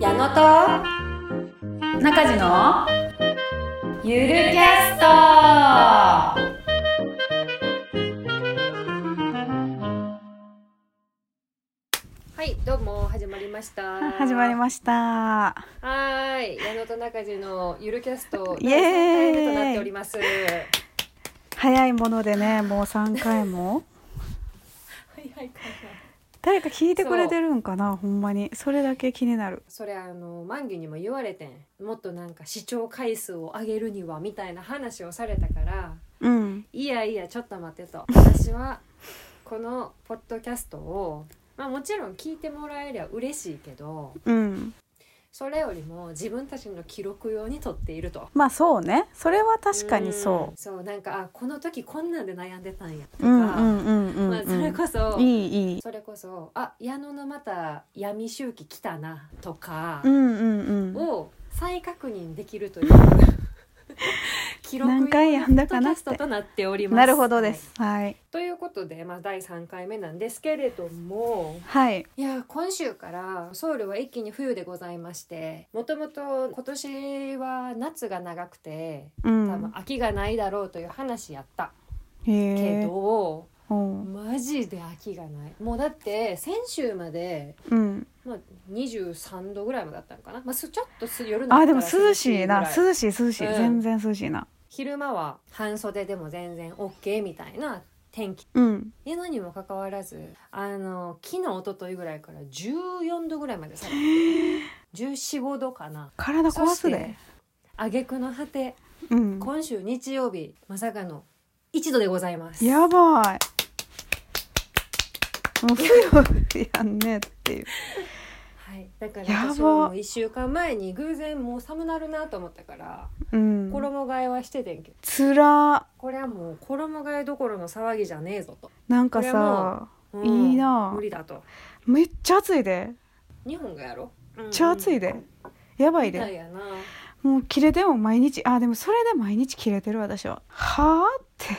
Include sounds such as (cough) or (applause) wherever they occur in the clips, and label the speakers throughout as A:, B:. A: 小野と
B: 中地の
A: ゆるキャストはいどうも始まりました
B: 始まりました
A: はーい矢野と中地のゆるキャスト
B: イエー
A: 第三回
B: イ
A: 目となっております (laughs) は
B: 早いものでねもう3
A: (laughs)
B: 回も
A: いはい
B: 誰か聞いてくれてるんかなほんまにそれだけ気になる
A: それあの万華にも言われてんもっとなんか視聴回数を上げるにはみたいな話をされたから
B: うん
A: いやいやちょっと待てと私はこのポッドキャストを、まあ、もちろん聞いてもらえりゃ嬉しいけど
B: うん
A: それよりも自分たちの記録用に撮っていると
B: まあそうねそれは確かにそ
A: んそうなんかあこの時こんなんで悩んでたんやと
B: う
A: か、
B: うんうんうんうん、
A: まあ、それこそ、
B: いいいい
A: それこそあ矢野のまた闇周期来たなとか
B: うんうんうん
A: を再確認できると
B: (laughs)
A: いう、記録用の
B: 何
A: ポ
B: 回やん
A: ッ
B: だ
A: ド
B: か
A: キ
B: な
A: ャ
B: っ
A: スト
B: て
A: となっております。
B: なるほどですはい
A: ということで、まあ、第3回目なんですけれども
B: はい
A: いや今週からソウルは一気に冬でございましてもともと今年は夏が長くて
B: う
A: 多分
B: ん
A: 秋がないだろうという話やった
B: へ
A: け
B: え
A: ど、
B: うん
A: マジで秋がないもうだって先週まで、
B: うん
A: まあ、23度ぐらいまでだったのかな、まあ、すちょっとす夜にな
B: あ
A: った
B: で
A: ら
B: も涼しいな
A: 涼ぐら
B: 涼しい涼しい、
A: うん
B: 全然涼しいな
A: 昼間は半袖でも全然 OK みたいな天気
B: うん
A: えのにもかかわらずあの昨日一昨日ぐらいから14度ぐらいまで下がって1415度かな
B: 体壊す
A: そして
B: で
A: 挙句の果て
B: うん
A: 今週日曜日まさかの1度でございます
B: やばいもう冬やんねっていう
A: はい、だから
B: やば
A: 私はもう1週間前に偶然もう寒なるなと思ったから
B: うん
A: 衣替えはしててんけど
B: つら
A: これはもう衣替えどころの騒ぎじゃねえぞと、
B: なんか
A: これ
B: さ
A: もうん
B: いいなあ
A: 無理だと
B: めっちゃ暑いで
A: 日本がやろめ
B: めっちゃ暑いでやばい
A: みたい
B: で
A: やな
B: もう切れても毎日あでもそれで毎日切れてる私ははあって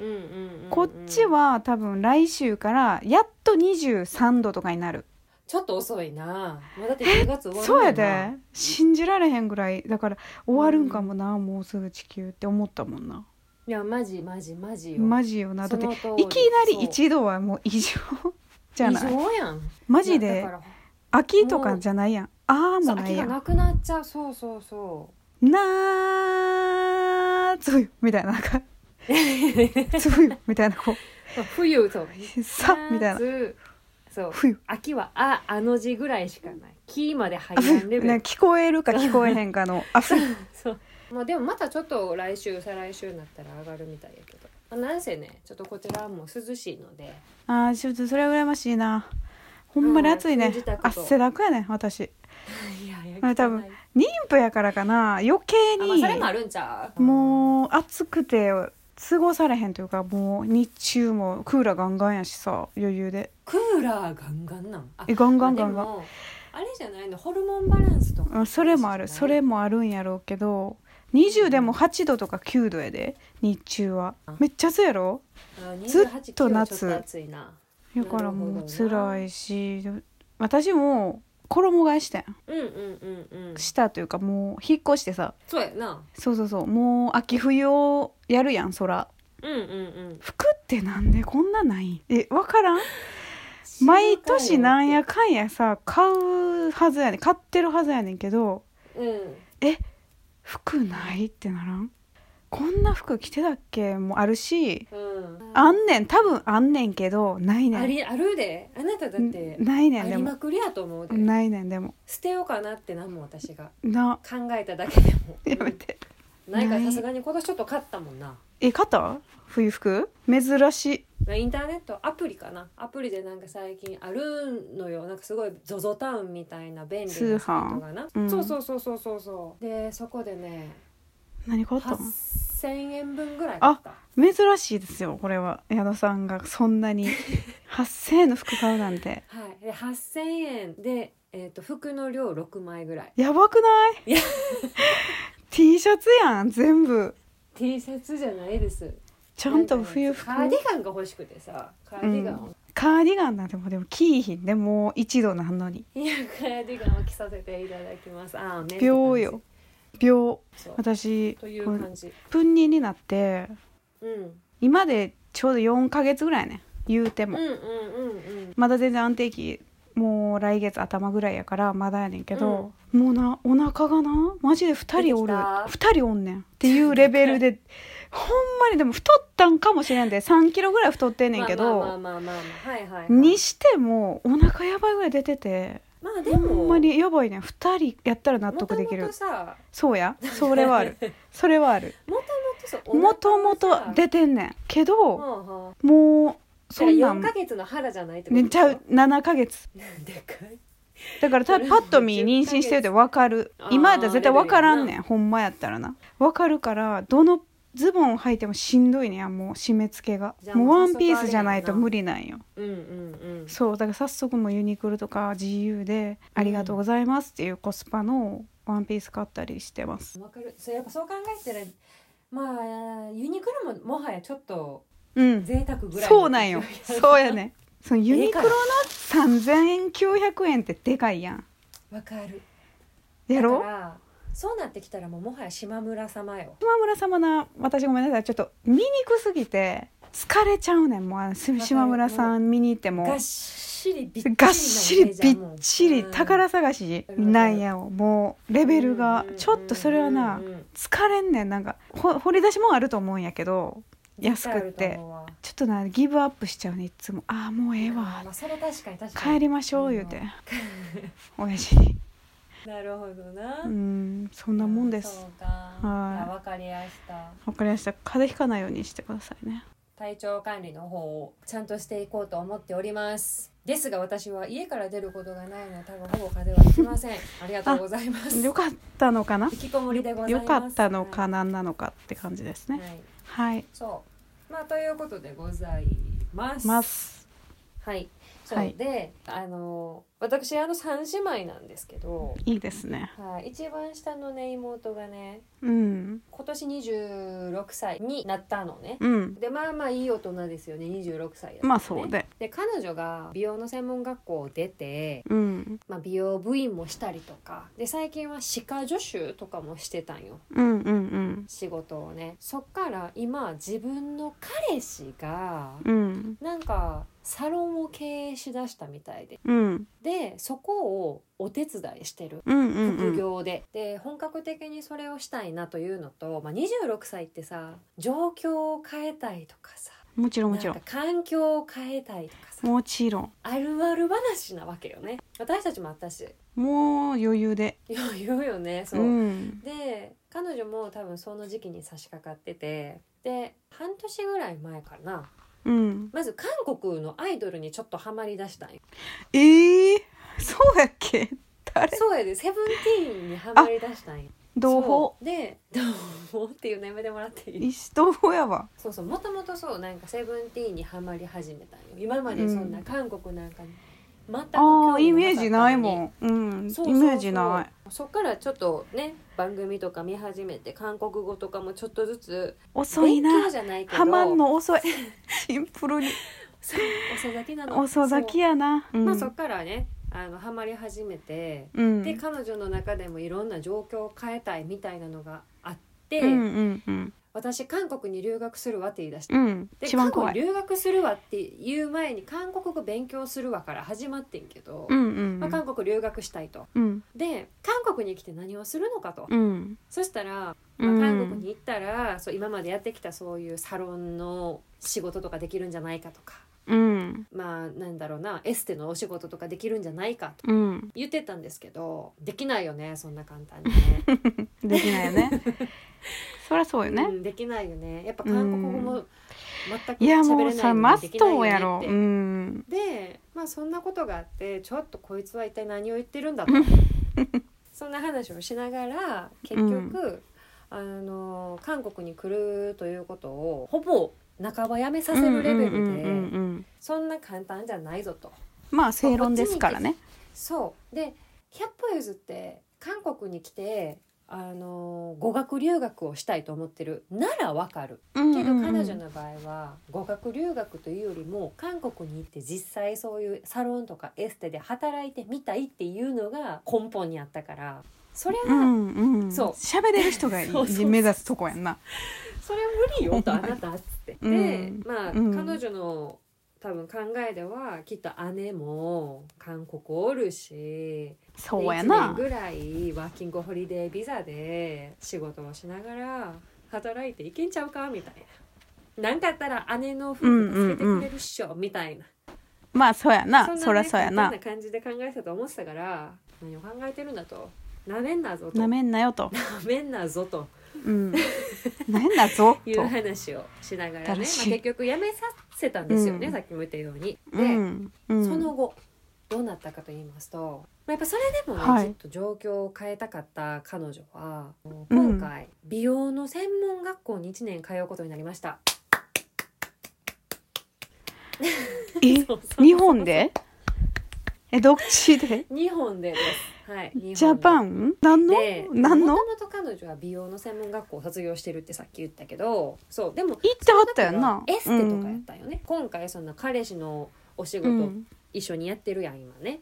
A: うんうんうんうん
B: こっちは多分来週からやっと23度とかになる
A: ちょっと遅いな。もうだって10月終わる
B: そうや
A: んな
B: で信じられへんぐらいだから終わるんかもなもうすぐ地球って思ったもんない
A: やマジマジマジよ。
B: マジよなだ
A: そ
B: っ
A: の
B: て
A: 通り
B: いきなり一度はもう異常じゃな
A: 異
B: い
A: 常やん。
B: マジ
A: いや
B: で
A: だから
B: 秋とかじゃないやんああ
A: そ
B: も
A: う
B: な
A: 秋
B: いや
A: が
B: ん
A: なくなっちゃう。そうそうそ
B: なーつよみたいななんかつよみたいなこ
A: う。冬と
B: うさみたいな
A: 夏そう。
B: 冬
A: 秋はああの字ぐらいしかない。木まで入
B: あ
A: ら
B: ふ
A: んレベ
B: なん
A: ル。
B: か聞こえるか聞こえへんかのあふ
A: そう。まあでもまたちょっと来週再来週になったら上がるみたいやけど。まあ、なんせねちょっとこちらはもう涼しいの
B: (laughs)
A: で。
B: あーちょっとそれは羨ましいなほんまに暑い
A: うん
B: ね
A: 感じたこと
B: 汗だくやね私
A: いやいや
B: まあ多分妊婦やからかな余計
A: あ、まあ、
B: に
A: それもあるんちゃう。
B: もう暑くて過ごされへんというかもう日中もクーラーガンガンやしさ余裕で
A: クーラーガンガンなん。あ
B: えガンガンガン
A: ま
B: ガ
A: あ
B: ン
A: でもあれじゃないのホルモンバランスとか
B: うんそれもあるそれもあるんやろうけど20でも8度とか9度やで日中はめっちゃ暑いやろずっと夏
A: ちょっと暑いな
B: だからもう
A: なるほどな
B: 辛いし私も衣替えしてん
A: うんうんうんうん
B: したというかもう引っ越してさ
A: そうやな
B: そうそうそうもう秋冬をやるやん空
A: うんうんうん
B: 服ってなんでこんなないえわからん毎年なんやかんやさ買うはずやねん買ってるはずやねんけど
A: うん
B: 服ないってならんこんな服着てたっけもあるし
A: うん
B: あんねん多分あんねんけどないねん
A: ありあるであなただって
B: んないね
A: あ
B: んで
A: り
B: も
A: まくりやと思うで
B: ないねんでも
A: 捨てようかなってなんも私が
B: な
A: 考えただけでも
B: (laughs) やめて
A: ないか
B: な
A: ら
B: い
A: さすがに今年ちょっと買ったもんな
B: え買った冬服珍しい
A: まあインターネットアプリかなアプリでなんか最近あるのよなんかすごい ZOZO タウンみたいな便利なサイトがな、
B: 通販うん
A: そうそうそうそうそうそうでそこでね
B: 何買ったの
A: 8000円分ぐらい買った
B: 珍しいですよこれは矢野さんがそ
A: (laughs)
B: んなに8,000円の服買うなんて
A: はいで8000円で、えー、と服の量6枚ぐらい
B: やばくない
A: いや
B: T シャツやん全部
A: T シャツじゃないです
B: ちゃんと冬服
A: カーディガンが欲しくてさカーディガンを
B: カーディガンなんてもうでも着いひんでもう一度なのに
A: いやカーディガンを着させていただきますああね
B: 秒よ秒
A: そう
B: 私
A: という
B: こう
A: 感じ
B: プンニーになって
A: うん
B: 今でちょうど4ヶ月ぐらいね言うて
A: うん
B: も、
A: うんうんうん
B: まだ全然安定期もう来月頭ぐらいやからまだやねんけど、もうなお腹がなマジで2人おる
A: 出てきた
B: 2人おんねんっていうレベル (laughs) でほんまにでも太ったんかもしれんで3キロぐらい太ってんねんけど、
A: まあまあまあまあまあまあはいはいはい
B: にしてもお腹やばいぐらい出てて
A: まあで
B: ほ
A: も
B: んまにやばいね2人やったら納得できる
A: もともとさ
B: そうやそれは
A: (laughs)
B: あるそれはある
A: もともとさお腹
B: もとも
A: がさ
B: と出てんねんけ
A: は
B: ど
A: あは
B: もう
A: あ
B: そんなん
A: だから4ヶ月の腹じゃないってこと
B: ねちゃう7ヶ月
A: なんでかい
B: だからた
A: それ
B: パッと見妊娠してるって分かる今やったら絶対分からんね
A: あーレベルや
B: んほんまやったらな分かるからどのズボン履いてもしんどいねやもう締め付けが
A: じゃあ
B: もう
A: もう
B: ワ
A: 早
B: ン
A: 速
B: ピースじゃない
A: あれ
B: と
A: やんな
B: 無理なんよ
A: うんうん
B: そうだから早速もうユニクロとか GU で「
A: うん
B: ありがとうございます」っていうコスパのワンピース買ったりしてます
A: うんわかるそうやっぱそう考えたらまあユニクロももはやちょっと
B: うん
A: 贅沢ぐらい
B: そうなんよそうやねそのユニクロの
A: で
B: 3900円ってでかいやん
A: わかる
B: や
A: だ
B: ろ
A: からそうなってきたらもうもはや島村様よ
B: 島村様な私ごめんなさいちょっと醜すぎて疲れちゃうねんもうあのす
A: わかる
B: 島村さん見に行っても
A: がっしりびっちりな
B: がっしり
A: イメージ
B: び
A: や
B: っ
A: もん
B: ちり宝探しなんやをもうレベルが
A: うん
B: ちょっとそれはな
A: うんうんうん
B: 疲れんねんなんかほ掘り出しもあると思うんやけど安くっ
A: 絶対ある
B: て
A: と思うわ
B: ちょっとなギブアップしちゃうねいつもああもうええわ
A: まあそれ確かに確かに
B: 帰りましょう
A: うん
B: 言うて親父
A: (laughs)
B: に
A: なるほどな、
B: うんそんなもんです
A: そうかはい
B: い
A: やわかりやした
B: わかりました風邪ひかないようにしてくださいね
A: 体調管理の方をちゃんとしていこうと思っておりますですが私は家から出ることがないので多分ほぼ風邪はひきませんありがとうございます
B: よかったのかな
A: 引きこもりでござい
B: よ
A: ます
B: かったのかなんなのかって感じです
A: はい、
B: ね
A: はい
B: はい
A: そうまあということでございます
B: ます
A: はいそう、
B: はい
A: であの私あの三姉妹なんですけど、
B: いいですね
A: はい、一番下のね妹がね
B: うん
A: 今年26歳になったのね
B: うん
A: でまあまあいい大人ですよね26歳だったのね
B: まあそうで
A: で彼女が美容の専門学校を出て、
B: うん
A: まあ、美容部員もしたりとかで最近は歯科助手とかもしてたんよ
B: うんうん
A: 仕事をねそっから今自分の彼氏が
B: うんうん
A: なんかサロンを経営しだしたみたいで
B: うん
A: でそこをお手伝いしてる
B: うんうんう
A: 副
B: ん
A: 業で、で本格的にそれをしたいなというのと、まあ、26歳ってさ状況を変えたいとかさ
B: もちろんもちろ
A: なんんか環境を変えたいとかさ
B: もちろん
A: あるある話なわけよね私たちもあったし
B: もう余裕で
A: 余裕よねそうう、
B: ん
A: で彼女も多分その時期に差し掛かっててで半年ぐらい前かな
B: うん
A: まず韓国のアイドルにちょっとハマりだしたんよ
B: ええそうやっけ誰
A: そうやでセブンティーンにハマりだしたんよ
B: 同胞
A: そうで「どうも」っていう名前でもらっていい
B: 一同胞やわ
A: そうそうもともとそうなんかセブンティーンにハマり始めたんよ今までそんな韓国なんかに全く
B: ああイメージない
A: ん
B: もんうん
A: そうそ
B: イ
A: うそう
B: メージない
A: そっからちょっとね番組とか見始めて韓国語とかもちょっとずつ
B: 遅い
A: 勉
B: な
A: 強じゃないけど
B: はまんの遅いシンプルに
A: そう遅咲きなの
B: 遅咲き
A: や、
B: やなう
A: そうまあ、
B: ん
A: そっからねあのハマり始めて、
B: うん
A: で彼女の中でもいろんな状況を変えたいみたいなのがあって、
B: うんうんうん
A: 私韓国に留学するわって言い出して。
B: うん
A: で
B: 一番怖
A: 韓
B: い
A: 国留学するわっていう前に韓国語勉強するわから始まってんけど、
B: うんうん
A: まあ、韓国留学したいと
B: うん
A: で韓国に来て何をするのかと、
B: うん
A: そしたら
B: う
A: まあ、
B: ん
A: 韓国に行ったら、そう今までやってきたそういうサロンの仕事とかできるんじゃないかとか
B: うん
A: まあなんだろうなエステのお仕事とかできるんじゃないかと
B: うん
A: 言ってたんですけどできないよねそんな簡単にね
B: できないよね
A: (laughs)
B: そりゃそうよ
A: う
B: (laughs) ね
A: んできないよねやっぱ韓国語も全く
B: いや
A: 喋
B: もう
A: れな
B: さ
A: い
B: マ
A: の
B: ス
A: でできない
B: ト
A: よね
B: や
A: っ
B: ろ
A: て、
B: うん
A: でまあそんなことがあってちょっとこいつは一体何を言ってるん
B: (laughs)
A: だとそんな話をしながら結局、あの韓国に来るということをほぼ半ばやめさせるレベルで、
B: うんうんうんうん
A: そんな簡単じゃないぞと。
B: まあ正論ですからね
A: そうで百歩譲って韓国に来てあの語学留学をしたいと思ってるならわかる
B: うん
A: けど
B: うんうん
A: 彼女の場合は語学留学というよりも韓国に行って実際そういうサロンとかエステで働いてみたいっていうのが根本にあったからそれ
B: う
A: は
B: んうん
A: そう
B: 喋れる人がいい
A: (laughs) そうそうそう
B: 目指すとこやんな
A: それは無理よとあなたっつって。
B: う
A: で
B: ん
A: まあ
B: うん
A: 彼女の多分考えではきっと姉も韓国おるし
B: そう
A: 1
B: や
A: 年
B: な
A: ぐらいワーキングホリデービザで仕事をしながら働いていけんちゃうかみたいな。なんかあったら姉の夫婦助けてくれるっしょ、みたいな。
B: まあそうやなそ
A: んな
B: ら
A: ね
B: そうやな
A: 簡単な感じで考えてたと思ってたから何を考えてるんだと。なめんなぞと。
B: なめんなよと
A: なめんなぞと
B: うんなめんなぞ
A: いう
B: と
A: 話をしながらね、まあ、
B: 新しい
A: 結局辞めさせたんですよね、
B: うん
A: さっきも言ったように。で、
B: うんうん
A: その後どうなったかと言いますと、まあ、やっぱそれでもね、
B: はい
A: ちょっと状況を変えたかった彼女はもう
B: うん
A: 今回、美容の専門学校に1年通うことになりま
B: (laughs)
A: した。
B: え
A: そうそう
B: 日本でえどっちで
A: 日本でです。はい、日本で
B: ジャパン何の
A: で
B: 何の
A: もともと彼女は美容の専門学校を卒業してるってさっき言ったけどそうでも
B: 行ってはったよな
A: エステとかやったんよね、今回その彼氏のお仕
B: う
A: 事
B: ん
A: 一緒にやってるやん今ねだか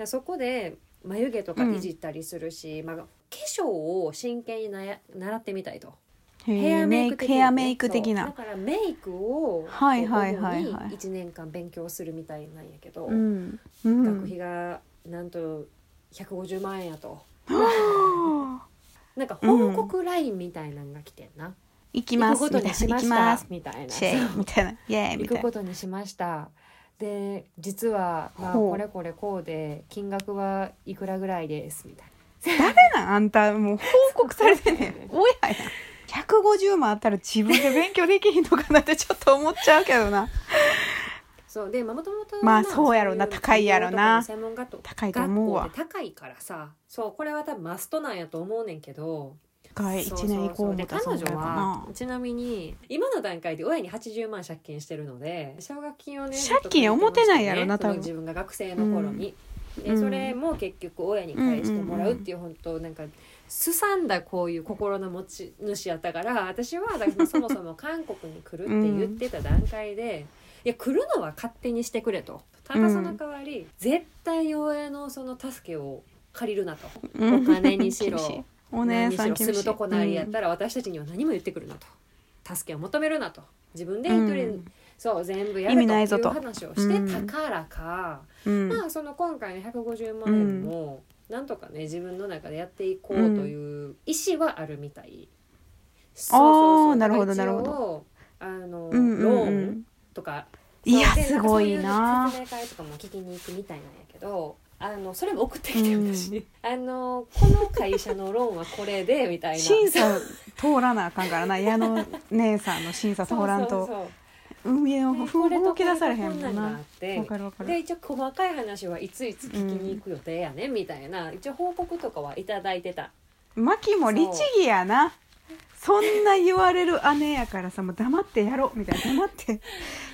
A: らそこで眉毛とかいじったりするし、まあ、化粧を真剣になや習ってみたいと
B: へえ
A: ヘアメイク的なね
B: ヘアメイク的
A: そう
B: な
A: だからメイクを
B: はいはいはいはい
A: 主に1年間勉強するみたいなんやけど、
B: うんうん
A: 学費がなんと150万円やと
B: はあ
A: なんか報告ラインみたいなんが来てんな、
B: 行き
A: 行
B: ま
A: くこ
B: す
A: と
B: みたい
A: にし
B: な
A: ま
B: 行き
A: した
B: ます
A: みたいな
B: シェイみたいなイエーイ
A: 行
B: みた
A: く
B: いな
A: ことにしましたで実はまあ
B: ほう
A: これこれこうで金額はいくらぐらいですみたい
B: 誰なんあんたもう報告されてんねん親や150万あったら自分で勉強できひんのかなってちょっと思っちゃうけどな
A: なそうでまあもともと
B: まあそうやろな高いやろな
A: 専門学校
B: 高いと
A: 学
B: 思う
A: 校
B: わ
A: って高いからさそうこれは多分マストなんやと思うねんけど
B: が
A: そう
B: 1
A: そうそう
B: 年以降
A: で
B: も
A: 彼女
B: や
A: はちなみに今の段階で親に80万借金してるので奨学金をね
B: 借金思ってないやろな
A: ずっと
B: 多分
A: 自分が学生の頃に、で
B: うん
A: それも結局親に返してもらうっていう本当なんかすさんだこういう心の持ち主やったから私はだからそもそも韓国に来るって言ってた段階で、いや来るのは勝手にしてくれとただその代わり、絶対養親のその助けを借りるなと。お金にしろ
B: 厳いお姉さん
A: 何しろ
B: 厳
A: 住
B: しい
A: むとこなりやったら私たちには何も言ってくるなと、助けを求めるなと自分で一人、
B: うん
A: そう全部や
B: 意味な
A: る
B: い
A: と
B: ぞ
A: いう
B: と
A: 話をしてたからか、
B: うん
A: まあその今回の150万円も、なんとかね自分の中でやっていこうという意思はあるみたい、
B: あーなるほど
A: だから一応
B: なる
A: あの、
B: うんうん
A: ロ
B: う
A: ーン
B: ん
A: とか
B: いや
A: そうです
B: ごいな
A: そういう説明会とかも聞きに行くみたいなんやけどあのそれも送ってきて
B: うん
A: 私に、あのこの会社のローンはこれでみたいな
B: 審査通らなあかんからな矢野姉さんの審査通らん
A: そう
B: と
A: そう
B: 海の
A: そうでこれと
B: 動き出されへん
A: こ
B: も
A: れとこ
B: ん
A: んなんがあ
B: な
A: って
B: わかるわかる
A: で一応細かい話はいついつ聞きに行く予定やね、みたいな一応報告とかはいただいてた
B: マキも律儀やなそんな言われる姉やからさもう黙ってやろみたいな黙って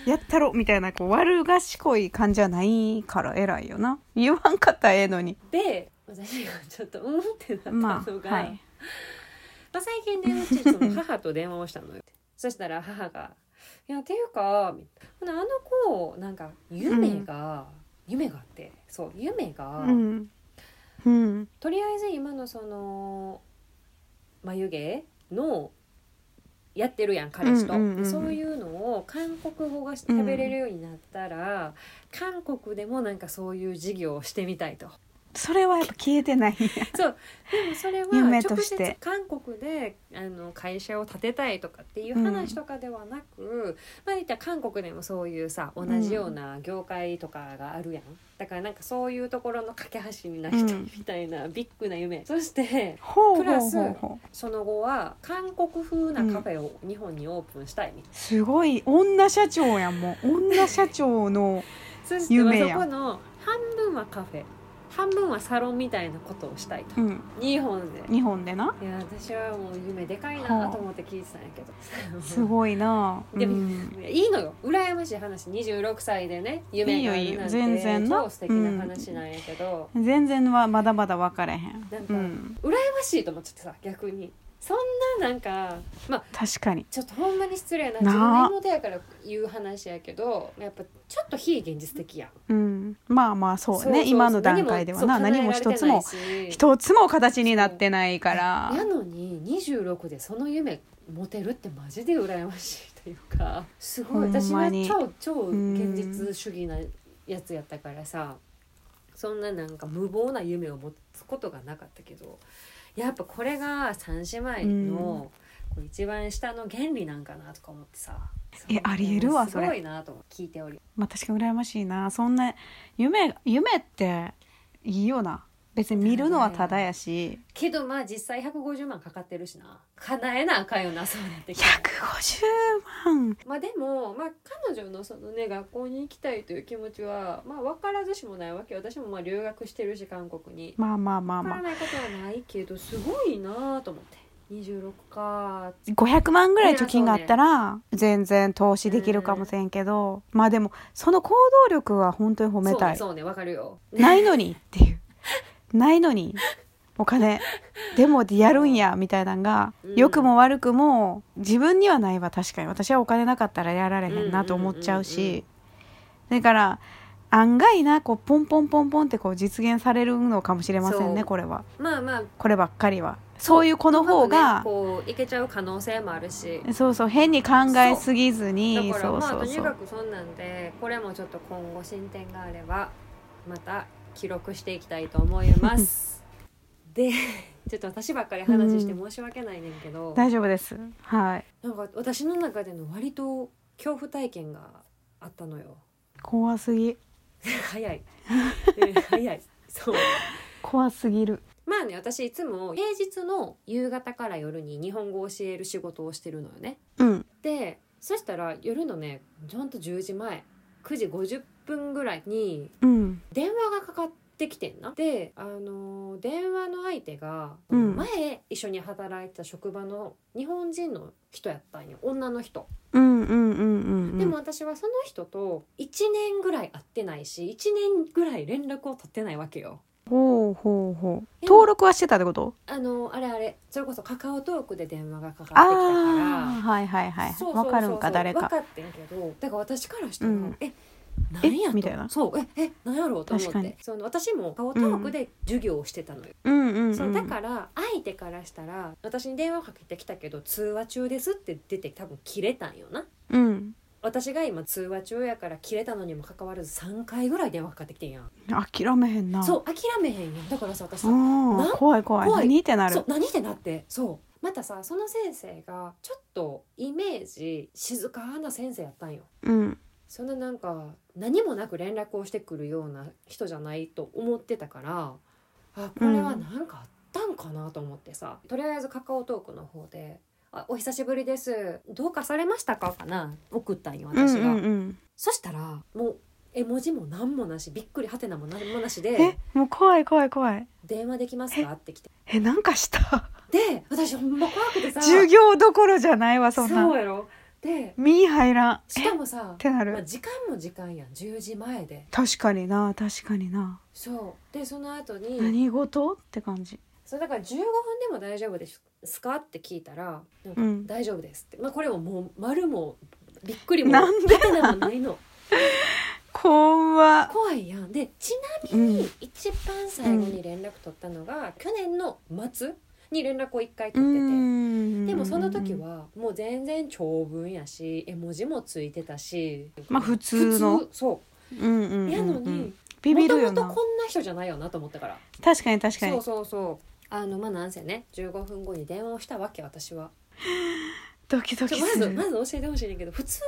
B: やったろみたいなこう悪賢い感じはないから偉いよな言わんかったらええのに
A: で私がちょっとうんってなったの
B: ま
A: が、
B: あはい
A: まあ、最近電話中その母と電話をしたのよ (laughs) そしたら母が「いやっていうかほなあの子なんか夢が、夢があってそう夢が、
B: うんうん
A: とりあえず今のその眉毛のやってるやん彼氏と、
B: うんうんうんうん
A: そういうのを韓国語が喋れるようになったら、韓国でもなんかそういう事業をしてみたいと。
B: それはやっぱ消えてないんや
A: でも (laughs) それは
B: 夢
A: 直
B: として
A: 接韓国であの会社を建てたいとかっていう話とかではなく、まあ言ったら韓国でもそういうさ同じような業界とかがあるやん、だからなんかそういうところの架け橋になりたい
B: うん
A: みたいなビッグな夢、そして
B: ほ
A: プ
B: うほ
A: ラ
B: う
A: ス
B: ほうほう
A: その後は韓国風なカフェを日本にオープンしたいみたい
B: すごい女社長やんもう女社長の
A: な、そして
B: 夢や
A: まあそこの半分はカフェ半分はサロンみたいなことをしたいと、
B: うん、
A: 日本で
B: 日本でない
A: や私はもう夢でかい
B: は
A: な
B: あ
A: と思って聞いてたんやけど、
B: すごいな、う
A: でも
B: ん、
A: いやいいのよ羨ましい話26歳でね夢があ
B: いいよいい
A: る
B: よ
A: なんて
B: 全然な
A: 超素敵な話なんやけど、
B: 全然はまだまだ分かれへん
A: なんか
B: うん、
A: 羨ましいと思っちゃってさ逆にそんななんかまあ
B: 確かに
A: ちょっとほんまに失礼な
B: なあ
A: 自分の妹やから言う話やけどやっぱちょっと非現実的やん
B: うん、まあまあそうやね今の段階ではな何も一つも
A: 一
B: 一つも形になってないから
A: なのに26でその夢持てるってマジで羨ましいというかすごい
B: ほん
A: 私
B: ま
A: は
B: に
A: 超超
B: うん
A: 現実主義なやつやったからさそんななんか無謀な夢を持つことがなかったけどやっぱこれが三姉妹の
B: うん
A: こう一番下の原理なんかなとか思ってさ
B: えありえるわ
A: す
B: そ
A: ご
B: れ
A: いなと聞いており
B: まあ確かに羨ましいなそんな夢夢っていいよな別に見るのはただやし
A: けどまあ実際150万かかってるしな叶えなあかんよなそうなってきたら
B: 150万
A: まあでも、まあ、彼女のそのね学校に行きたいという気持ちは、まあ、分からずしもないわけよ私もまあ留学してるし韓国に
B: まあまあまあ
A: 分から
B: まあ
A: ないことはないけどすごいなと思って26か
B: 500万ぐらい貯金があったら全然投資できるかもしれんけどまあでもその行動力は本当に褒めたい
A: そうねそうね分かるよ
B: ないのにっていうないのにお金でもやるんやみたいなんが
A: うん
B: 良くも悪くも自分にはないわ確かに私はお金なかったらやられへんなと思っちゃう
A: うんうんうんう
B: しだから案外なこうポンポンポンポンってこう実現されるのかもしれません
A: そ
B: ね
A: う
B: これは
A: (laughs) まあまあ
B: こればっかりはそういう子の方
A: うま
B: が
A: くねこういけちゃう可能性もあるし
B: そうそう変に考えすぎずに
A: だから
B: そう
A: まあ
B: そ
A: と
B: う
A: に
B: そ
A: か
B: う
A: くそんなんでこれもちょっと今後進展があればまた記録していきたいと思います
B: (laughs)
A: でちょっと私ばっかり話して申し訳ないねんけど、
B: 大丈夫ですはい
A: なんか私の中での割と恐怖体験があったのよ (laughs)
B: 怖すぎ
A: 早
B: (laughs)
A: いうん早いそう
B: 怖すぎる
A: まあね私いつも平日の夕方から夜に日本語を教える仕事をしてるのよね
B: うん
A: でそしたら夜のねちゃんと10時前9時50分ぐらいに
B: うん
A: 電話がかかってきてんなであのー電話の相手が、
B: うん
A: 前一緒に働いてた職場の日本人の人やったんよ女の人、
B: うんうんうんうんうん
A: でも私はその人と1年ぐらい会ってないし1年ぐらい連絡を取ってないわけよ
B: ほうほうほう
A: え
B: 登録はしてたってこと
A: あのーあれあれそれこそカカオトークで電話がかかってきた
B: あ
A: から
B: あーはいはいはい
A: そうそうそう
B: わ
A: そう
B: かるんか誰
A: わ
B: か
A: かってんけどだから私からしたら、
B: うん
A: えなんやと
B: みたいな
A: そうええなんやろうと思っ
B: 確かに
A: てその私もカカオトークで授業をしてたのよ、
B: うんうんうん
A: そうだから相手からしたら私に電話かけてきたけど通話中ですって出て多分切れたんよな
B: うん
A: 私が今通話中やから切れたのにもかかわらず3回ぐらい電話かかってきてんやん
B: 諦めへんな
A: そう諦めへんやんだからさ私さ
B: うん
A: なん
B: 怖い怖い
A: 怖い
B: 何ってな
A: そう
B: る
A: 何ってなってそうまたさその先生がちょっとイメージ静かな先生やったんよ
B: うん
A: そんななんか何もなく連絡をしてくるような人じゃないと思ってたからあこれは何かあったんかなと思ってさ、とりあえずカカオトークの方で「あお久しぶりですどうかされましたか?」かな送ったんよ
B: うん
A: 私が、
B: うんうん
A: そしたらもう絵文字も何もなしびっくりはてなも何もなし
B: え
A: で
B: もう怖い怖い怖い
A: 「電話できますか?」って来て
B: えなんかした
A: で私ほんま怖くて
B: (laughs)
A: さ
B: 授業どころじゃないわそん
A: そう
B: な
A: やろで
B: 身入らん
A: しかもさ
B: っ、てな
A: まあ、
B: る
A: 時間も時間やん10時前で
B: 確かにな確かにな
A: そうでその後に
B: 何事って感じ
A: そうだから15分でも大丈夫ですかって聞いたら「なんか
B: うん
A: 大丈夫です」って、まあ、これももう丸もびっくりも
B: なん
A: でなもないの
B: 怖
A: 怖いやんでちなみに一番最後に連絡取ったのが、去年の末に連絡を一回取ってて、
B: で
A: でもその時はもう全然長文やし絵文字もついてたし
B: まあ普通の
A: 普通そ
B: うんうんうんう
A: うんやのに、
B: ビビ
A: もと
B: るよ
A: もと
B: な
A: こんな人じゃないよなと思ったから
B: 確かに確か
A: そう
B: に
A: そうそうあのまあなんせね15分後に電話をしたわけ私
B: (laughs)
A: は
B: ドキド
A: ちょ
B: キ
A: ます
B: (laughs)
A: ず
B: る
A: まず教えてほしいねんだけど普通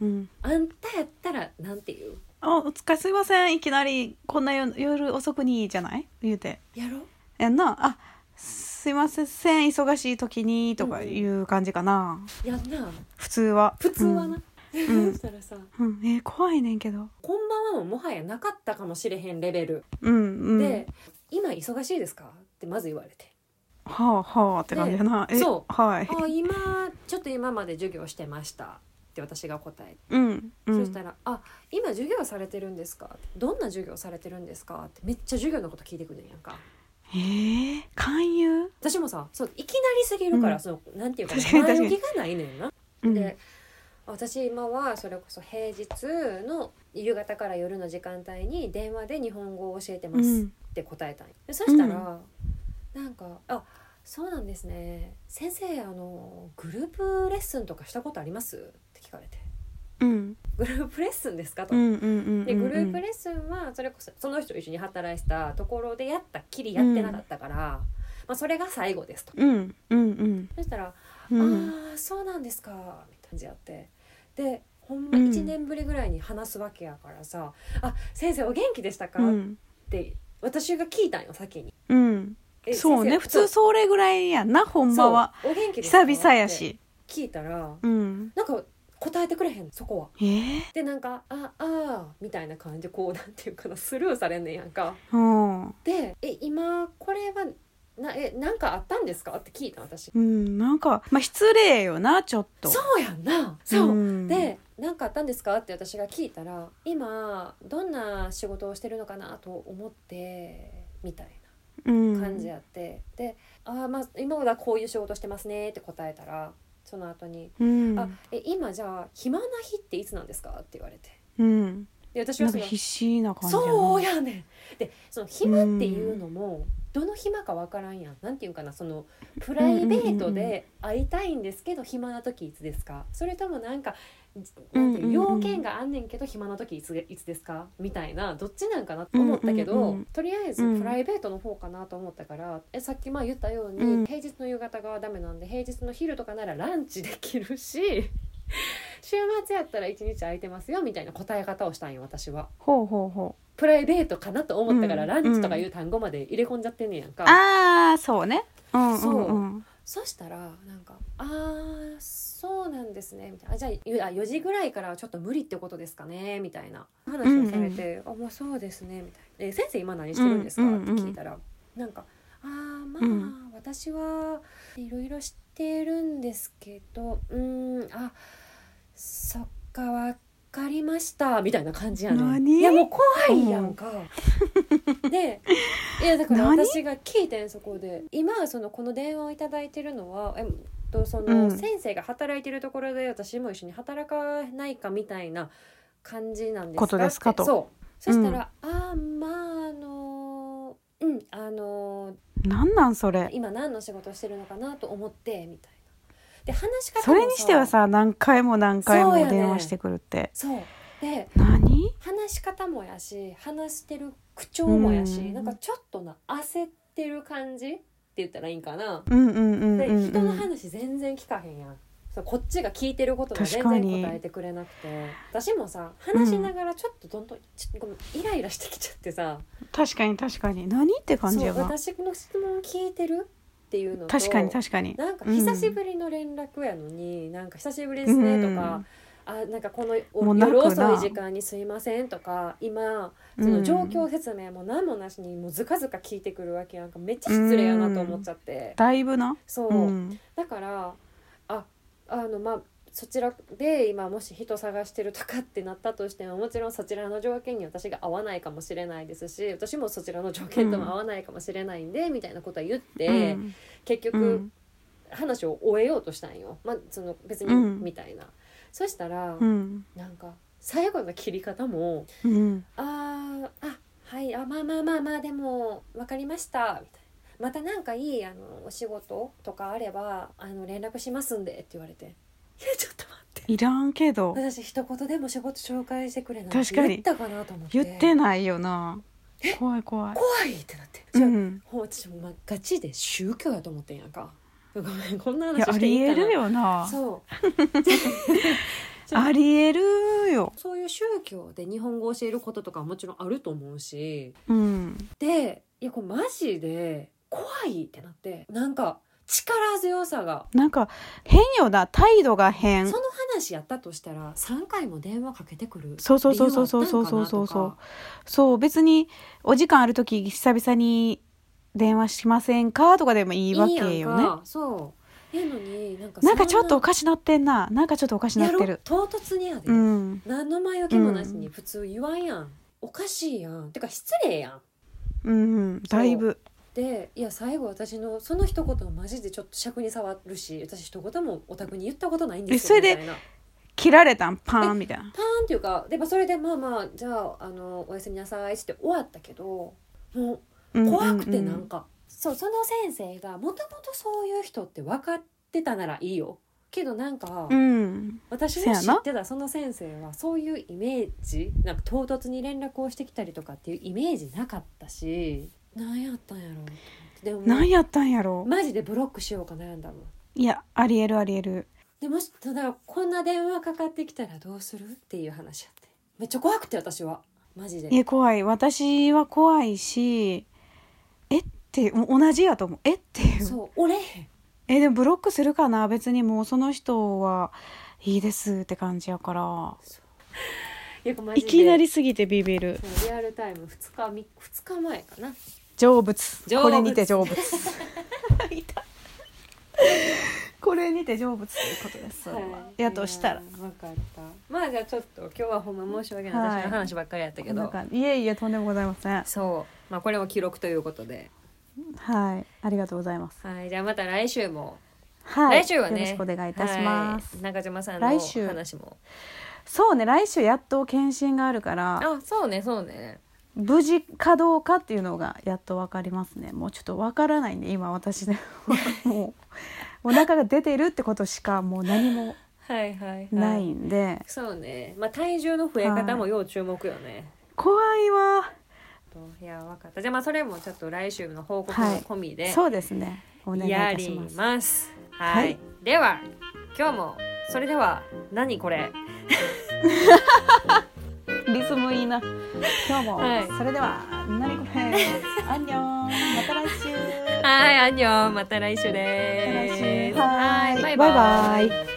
B: うん
A: あんたやったらなんて言う
B: あ、お疲れすいません。いきなり、こんな夜夜遅くに、じゃない言うて。
A: やろ
B: やんな。あ、すいません。忙しい時に、とかいう感じかな。
A: やんな
B: 普通は。
A: 普通はな、
B: うんうん
A: (laughs) そしたらさ「
B: うん、えー怖いねんけど。
A: こんばんは」ももはやなかったかもしれへんレベル
B: うんうん。
A: で、「今忙しいですか?」ってまず言われ
B: (laughs)
A: て
B: はあはあって感じやな。
A: で
B: え
A: そう
B: はい。
A: あ今ちょっと今まで授業してました」って私が答えて、
B: うんうん。
A: そしたら「あ今授業されてるんですか?」どんな授業されてるんですか?」ってめっちゃ授業のこと聞いてくるんやんか。
B: えー、勧誘？
A: 私もさそういきなりすぎるから、
B: うん
A: そのなんていうか
B: 確かに
A: 前
B: 確か
A: 向
B: に
A: きがないねんな。
B: うん
A: で私今はそれこそ平日の夕方から夜の時間帯に電話で日本語を教えて
B: う
A: ますっ
B: ん
A: て答えたんよでそしたら、なんか「あそうなんですね先生あのグループレッスンとかしたことあります?」って聞かれて
B: うん
A: 「グループレッスンですか?」と。
B: うんうんうん。
A: でグループ
B: で。
A: レッスンはそれこそその人と一緒に働いてたところでやったっきりやってなかったから、まあ、それが最後ですと。
B: うんうん
A: そしたら
B: うんうん。
A: ああそうなんですかみたいな感じやってでほんま1年ぶりぐらいに話すわけやからさ「あ先生お元気でしたか
B: うん
A: って私が聞いたんよ先に。
B: うん。
A: え
B: そうね
A: 先生
B: 普通それぐらいやんなほんまは。
A: そうお元気ですか
B: 久々やし。
A: って聞いたら
B: うん。
A: なんか答えてくれへんそこは。
B: えー、
A: でなんか「ああー」みたいな感じでこうなんていうかなスルーされんねんやんか。
B: うん。
A: で「え今これはなえなんかあったんですか?」って聞いたん私。
B: うん、なんか、まあ、失礼よな、ちょっと。
A: そうやんなそう、
B: うん
A: で「何かあったんですか?」って私が聞いたら「今どんな仕事をしてるのかなと思って」みたい
B: うん
A: な感じやって、で「あーまあ今はこういう仕事してますね」って答えたらその後に
B: う
A: 「
B: ん。
A: あえ今じゃあ暇な日っていつなんですか?」って言われて
B: うん。
A: で私
B: な
A: は
B: ん
A: そ
B: か
A: の
B: 必死な感じやな。
A: そうやねんでその暇っていうのもどの暇かわからんやんなんていうかなそのプライベートで会いたいんですけど暇な時いつですかそれともなんかじなんていううん
B: うんうん
A: 要件があんねんけど暇な時いついつですかみたいなどっちなんかなと思ったけど、
B: うんうんうん
A: とりあえず
B: うん
A: プライベートの方かなと思ったから、えさっきまあ言ったように、
B: うん
A: 平日の夕方がダメなんで平日の昼とかならランチできるし週末やったら一日空いてますよみたいな答え方をしたんよ私は。
B: ほうほうほう。
A: プライベートかなと思ったから、
B: うん
A: ランチとかいう単語まで入れ込んじゃってんねやんか、
B: ああ、そうね。うんう
A: そうん
B: うん。
A: そしたらなんか「あーそうなんですね」みたいなあ「じゃあゆあ4時ぐらいからはちょっと無理ってことですかね」みたいな話をされて「あもうそうですね」みたいな「え先生今何してるんですか?」
B: うん
A: って聞いたらなんか「あーまあ、
B: うん
A: 私はいろいろ知ってるんですけどうーんあそっかわかりました」みたいな感じやねん
B: 何
A: いやもう怖いやんか。でいやだから
B: 何
A: 私が聞いてんそこで今そのこの電話をいただいてるのはえっとその、
B: うん
A: 先生が働いてるところで私も一緒に働かないかみたいな感じなんですか
B: ことですか
A: って
B: と
A: そうそしたら、ああまああのーうんあのー
B: なんなんそれ。
A: 今何の仕事をしてるのかなと思ってみたいなで話し方もさ
B: それにしてはさ、何回も何回も
A: そうやね
B: 電話してくるって。
A: そうで
B: 何
A: 話し方もやし話してる口調もやし、
B: うん
A: なんかちょっとな焦ってる感じって言ったらいいんかな、
B: うんうんうん
A: で
B: うん
A: 人
B: う
A: の
B: ん。
A: 話全然聞かへんやんそうこっちが聞いてることが全
B: 確か
A: 然
B: に
A: 答えてくれなくて私もさ話しながらちょっとどんどんちょごめんイライラしてきちゃってさ
B: 確かに確かに。何って感じ
A: そう
B: やな。
A: 私の質問聞いてるっていうのと
B: 確かに確かに。
A: なんか久しぶりの連絡やのに、なんか久しぶりですねとか、あなんかこの
B: も
A: お
B: うなく
A: 夜
B: な
A: 遅い時間にすいませんとか今その状況
B: うん
A: 説明も何もなしにもうずかずか聞いてくるわけやんかめっちゃ失礼やなと思っちゃって、
B: だいぶな。
A: そう、
B: うん。
A: だからああのまあそちらで今もし人探してるとかってなったとしてももちろんそちらの条件に私が合わないかもしれないですし私もそちらの条件とも合わないかもしれないんで、みたいなことは言って、
B: うん
A: 結局、
B: うん
A: 話を終えようとしたんよ、まあ、その別に、
B: うん
A: みたいなそしたら、
B: うん
A: なんか最後の切り方も
B: うん。
A: 「あーあはいあまあまあまあまあでも分かりました」みたいな。またなんかいいあのお仕事とかあればあの連絡しますんでって言われて「いやちょっと待って
B: いらんけど。
A: 私一言でも仕事紹介してくれない
B: 確かに
A: 言ったかなと思って
B: 言ってないよな。怖い怖い。
A: 怖いってなって、
B: う
A: じゃあ
B: ん。
A: ほん私もまあガチで宗教やと思ってんやんかごめんこんない
B: や
A: 話
B: あ
A: してい
B: り
A: いん
B: え
A: かな
B: るよな
A: そうそう
B: ありえるよ
A: そういう宗教で日本語を教えることとかはもちろんあると思うし
B: うん
A: でいやこれマジで怖いってなってなんか力強さが
B: なんか変よな態度が
A: そ
B: 変
A: の話やったとしたら3回も電話かけてくる
B: そうそうそうそうそうそうそうそう
A: 理由あったんかなとか
B: そう別にお時間ある時久々に電話しませんかとかでもいいわけ
A: いや
B: よ
A: ん
B: ね
A: かそうえのになんか
B: なんかちょっとお
A: か
B: かしなってんななんかちょっとおかしなってる
A: 唐突にやで、
B: うん
A: 何の前置きもなしに普通言わんやん、おかしいやんてか失礼やん
B: うんだいぶ
A: でいや最後私のその一言マジでちょっと尺に触るし私一言もお宅に言ったことないんですよ
B: えそれ
A: みた
B: で
A: いな
B: 切られたんパーンみたいな
A: パーンっていうかで、まあ、それでまあまあじゃああのおやすみなさいって終わったけども
B: うん
A: う
B: うんうん
A: 怖くてなんか、そうその先生がもともとそういう人って分かってたならいいよけどなんか、
B: うん
A: 私
B: せ
A: の
B: や
A: 知
B: な
A: ってたその先生はそういうイメージなんか唐突に連絡をしてきたりとかっていうイメージなかったし何やったんやろうと思ってでもも
B: 何やったんやろ
A: うマジでブロックしようか悩んだもん
B: いやありえるありえる
A: でもしただこんな電話かかってきたらどうするっていう話やってめっちゃ怖くて私はマジで
B: いや怖い私は怖いしえってもう同じやと思うえっていう (laughs)
A: そう折れへん
B: えでもブロックするかな別にもうその人はいいですって感じやから
A: いやマジ
B: い
A: で
B: きなりすぎてビビる
A: そうリアルタイム2日み2日前かな
B: 成仏
A: 成仏
B: これにて
A: (laughs)
B: 成仏これにて成仏ということです、それはやとしたら
A: いやーわかったまあじゃあちょっと今日はほんま申し訳ない、
B: はい
A: 私の話ばっかりやったけど
B: こんな感じいえいえとんでもございません
A: そう、まあ、これも記録ということで、
B: はいありがとうございます
A: はい、じゃあまた来週も、
B: はい
A: 来週はね
B: よろしくお願いいたします、
A: はい中島さんの
B: 来週
A: 話も
B: そうね来週やっと検診があるから
A: あそうねそうね
B: 無事かどうかっていうのがやっと分かりますねもうちょっと分からないんで今私
A: (laughs)
B: でもうお腹が出てるってことしかもう何も
A: はいはい、はい、
B: ないんで、
A: そうねまあ体重の増え方も要注目よね、
B: 怖いわ
A: い、や分かったじゃあまあそれもちょっと来週の報告も
B: はい
A: 込みで、
B: そうですねお願いい
A: や
B: たし
A: り
B: ます
A: ますはい、
B: はい
A: では今日もそれでは何これ
B: リズムいいな今日も、
A: はい
B: それでは何
A: (laughs)
B: これあんにょんまた来週
A: はい、アンニョン、また来週
B: また
A: で
B: 来
A: す。
B: 週
A: はい、バイバイ。
B: バイバイ